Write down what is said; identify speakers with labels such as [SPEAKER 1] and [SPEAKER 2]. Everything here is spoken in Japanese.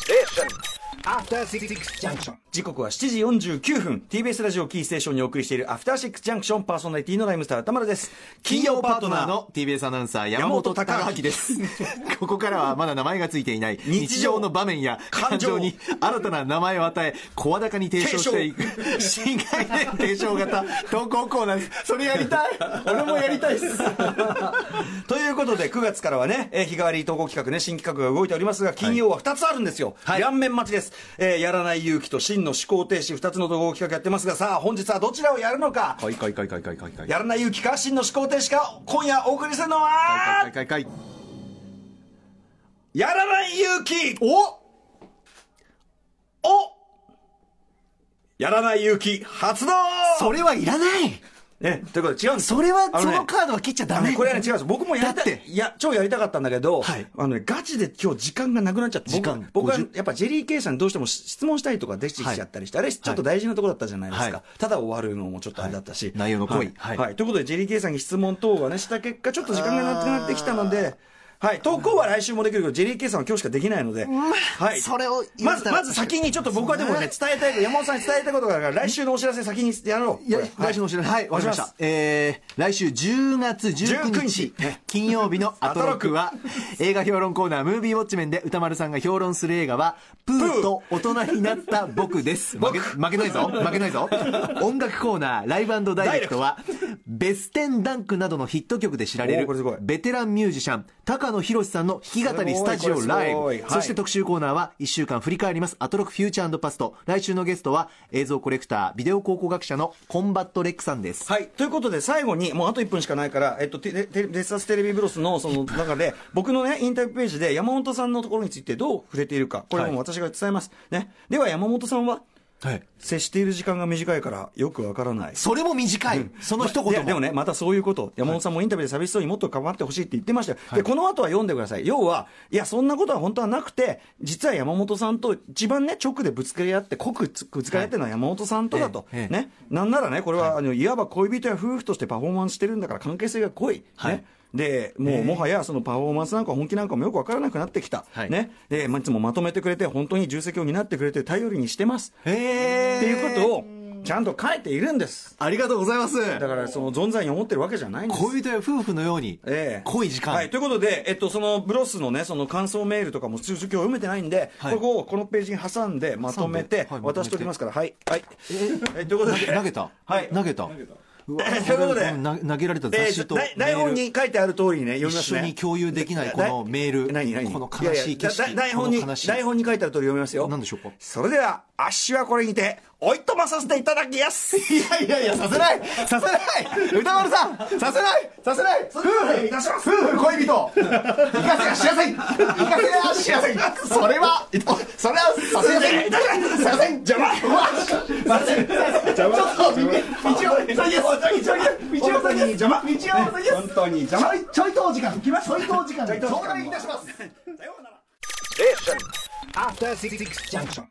[SPEAKER 1] Station.
[SPEAKER 2] 時刻は7時49分 TBS ラジオキーステーションにお送りしているアフターシックスジャンクションパーソナリティのライムスター歌丸です
[SPEAKER 3] 金曜パートナーの TBS アナウンサー山本隆明です ここからはまだ名前がついていない 日常の場面や感情に新たな名前を与え声高に提唱していく 新概念提唱型投稿コーナーですそれやり たい俺もやりたいっす
[SPEAKER 2] ということで9月からはね、えー日替わり投稿企画ね新企画が動いておりますが金曜は2つあるんですよ、両面待ちです、えーやらない勇気と真の思考停止2つの投稿企画やってますがさあ本日はどちらをやるのか
[SPEAKER 3] かいかいかいかいかいかいかい
[SPEAKER 2] やらない勇気か真の思考停止か今夜お送りするのは
[SPEAKER 3] かいかい
[SPEAKER 2] やらない勇気
[SPEAKER 3] お
[SPEAKER 2] おやらない勇気発動
[SPEAKER 3] それはいらない
[SPEAKER 2] ね、ということで違うんですよ
[SPEAKER 3] それは
[SPEAKER 2] あ
[SPEAKER 3] そ
[SPEAKER 2] のね
[SPEAKER 3] のカードは切っちゃダ
[SPEAKER 2] あの
[SPEAKER 3] メ
[SPEAKER 2] ねこれはね違うんです僕もやりた
[SPEAKER 3] だっ
[SPEAKER 2] い
[SPEAKER 3] て
[SPEAKER 2] いや超やりたかったんだけど、
[SPEAKER 3] はい
[SPEAKER 2] あのね、ガチで今日時間がなくなっちゃって僕
[SPEAKER 3] 時間
[SPEAKER 2] 僕は
[SPEAKER 3] 50
[SPEAKER 2] やっぱジェリー・ケイさんにどうしても質問したりとかできちゃったりして、あれちょっと大事なところだったじゃないですか、
[SPEAKER 3] はい
[SPEAKER 2] ただ終わるのもちょっとあれだったし、
[SPEAKER 3] 内容の
[SPEAKER 2] はい
[SPEAKER 3] 濃いはい
[SPEAKER 2] はいということでジェリー・ケイさんに質問等がねした結果ちょっと時間がなくなってきたのではい、投稿は来週もできるけど、ジェリー・ケイさんは今日しかできないので、はい、
[SPEAKER 3] それを言
[SPEAKER 2] ま
[SPEAKER 3] っ
[SPEAKER 2] ず
[SPEAKER 3] たら
[SPEAKER 2] まず先に、ちょっと僕はでもね、伝えたい、山本さんに伝えたいことがあるから、来週のお知らせ先にやろう。
[SPEAKER 3] いや
[SPEAKER 2] これ
[SPEAKER 3] 来週のお知らせはいわかりまし
[SPEAKER 2] お願い
[SPEAKER 3] たえー来週10月19
[SPEAKER 2] 19日
[SPEAKER 3] 日金曜日のアトロクは映画評論コーナームービーウォッチメンで歌丸さんが評論する映画はプーと大人になった僕です負け負けないぞ負けないぞ音楽コーナーライブダイレクトはベステンダンクなどのヒット曲で知られ
[SPEAKER 2] おーこれすごい
[SPEAKER 3] るベテランミュージシャン高野博さんの弾き語りスタジオ
[SPEAKER 2] すごいこれ
[SPEAKER 3] ライ
[SPEAKER 2] す
[SPEAKER 3] ブ
[SPEAKER 2] ごいはい
[SPEAKER 3] そして特集コーナーは1週間振り返りますアトロックフューチャーパスト来週のゲストは映像コレクタービデオ考古学者のコンバットレックさんです
[SPEAKER 2] はい。ということで、最後に、もうあと1分しかないから、えっと、テレ、テレレッサステレビブロスの、その中で、 僕のね、インタビューページで、山本さんのところについてどう触れているか、これはもう私が伝えます。ね。では、山本さんは、
[SPEAKER 3] はい
[SPEAKER 2] 接している時間が短いから、よくわからない。
[SPEAKER 3] それも短いその一
[SPEAKER 2] いや
[SPEAKER 3] 言
[SPEAKER 2] でも
[SPEAKER 3] も
[SPEAKER 2] ね、またそういうこと、山本さんもインタビューで寂しそうにもっと頑張ってほしいって言ってましたよ、でこの後は読んでください、要は、いや、そんなことは本当はなくて、実は山本さんと一番ね、直でぶつかり合って、濃くつぶつかり合ってるのは山本さんとだと、
[SPEAKER 3] ええええ
[SPEAKER 2] ね、なんならね、これは、い、あのいわば恋人や夫婦としてパフォーマンスしてるんだから、関係性が濃い。
[SPEAKER 3] はい
[SPEAKER 2] ねでもうもはやそのパフォーマンスなんか本気なんかもよく分からなくなってきた、
[SPEAKER 3] はい
[SPEAKER 2] ねでまあいつもまとめてくれて、本当に重責を担ってくれて、頼りにしてます、
[SPEAKER 3] へ
[SPEAKER 2] っ
[SPEAKER 3] え
[SPEAKER 2] ていうことをちゃんと書いているんです、
[SPEAKER 3] ありがとうございます
[SPEAKER 2] だからその存在に思ってるわけじゃないんです。
[SPEAKER 3] 恋人や夫婦のように
[SPEAKER 2] ええ
[SPEAKER 3] 濃い時間、
[SPEAKER 2] はい、ということで、えっと、そのブロスのね、その感想メールとかも、通常今日読めてないんで、
[SPEAKER 3] はい
[SPEAKER 2] ここをこのページに挟んで、まとめて
[SPEAKER 3] 挟んではい
[SPEAKER 2] 渡しておりますから、はい、はい。はいということで、
[SPEAKER 3] 投げた、
[SPEAKER 2] はい
[SPEAKER 3] 投げたう わ
[SPEAKER 2] えーということで
[SPEAKER 3] んな投げられた
[SPEAKER 2] え
[SPEAKER 3] 雑誌
[SPEAKER 2] ー
[SPEAKER 3] と
[SPEAKER 2] 台台本に書いてある通りにね、読み
[SPEAKER 3] 一
[SPEAKER 2] ます
[SPEAKER 3] 緒
[SPEAKER 2] ね。
[SPEAKER 3] に共有できないこのメール
[SPEAKER 2] 何何
[SPEAKER 3] この悲しい景色
[SPEAKER 2] ややだ台本に
[SPEAKER 3] この悲しい
[SPEAKER 2] 台本に書いてある通り読みますよ
[SPEAKER 3] 何でしょうか
[SPEAKER 2] それではあっしはこれにておいとまさせていただきやすいやい
[SPEAKER 3] いやいやさせないさせない歌丸さんさせないさせない夫婦
[SPEAKER 2] いたします
[SPEAKER 3] 夫婦恋人生かせがしやせん生かせがしやせんそれはそれはさせやせんさせやせん邪魔させ邪魔ちょっと道を先です道を先です道を先です道を先です本当に邪魔ちょいとお時間来ますちょいとお時間頂戴いたします
[SPEAKER 1] Station.
[SPEAKER 4] After Six Junction.